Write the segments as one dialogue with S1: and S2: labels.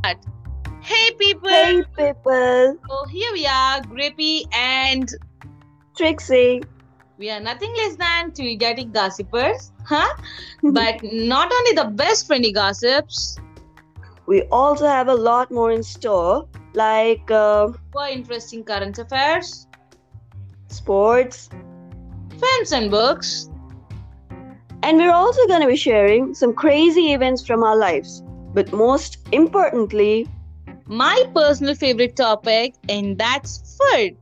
S1: start. Hey people!
S2: Hey people,
S1: So here we are, Grippy, and
S2: Trixie.
S1: we are nothing less than two idiotic gossipers, huh? but not only the best friendly gossips,
S2: We also have a lot more in store, like uh,
S1: for interesting current affairs,
S2: sports,
S1: films and books.
S2: and we're also going to be sharing some crazy events from our lives. But most importantly,
S1: My personal favorite topic, and that's food.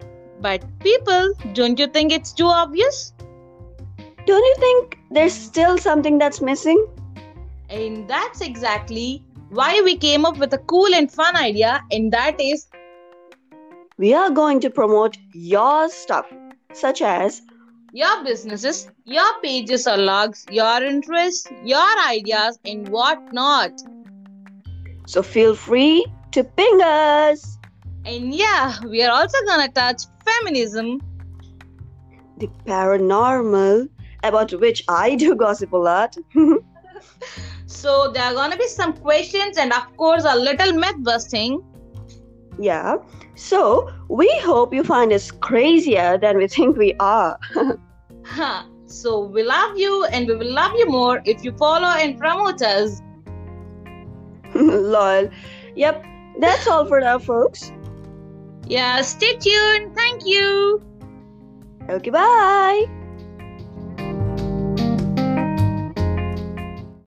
S1: But people, don't you think it's too obvious?
S2: don't you think there's still something that's missing?
S1: And that's exactly why we came up with a cool and fun idea, and that is
S2: We are going to promote your stuff, such as
S1: your businesses, your pages or logs, your interests, your ideas, and whatnot.
S2: so feel free to ping us.
S1: And yeah, we are also gonna touch feminism,
S2: The paranormal, about which I do gossip a lot.
S1: so there are gonna be some questions and, of course, a little myth busting.
S2: Yeah. So we hope you find us crazier than we think we are.
S1: Huh. So we love you and we will love you more if you follow and promote us.
S2: Lol. Yep. That's all for now, folks.
S1: Yeah, stay tuned. Thank you.
S2: Okay, bye.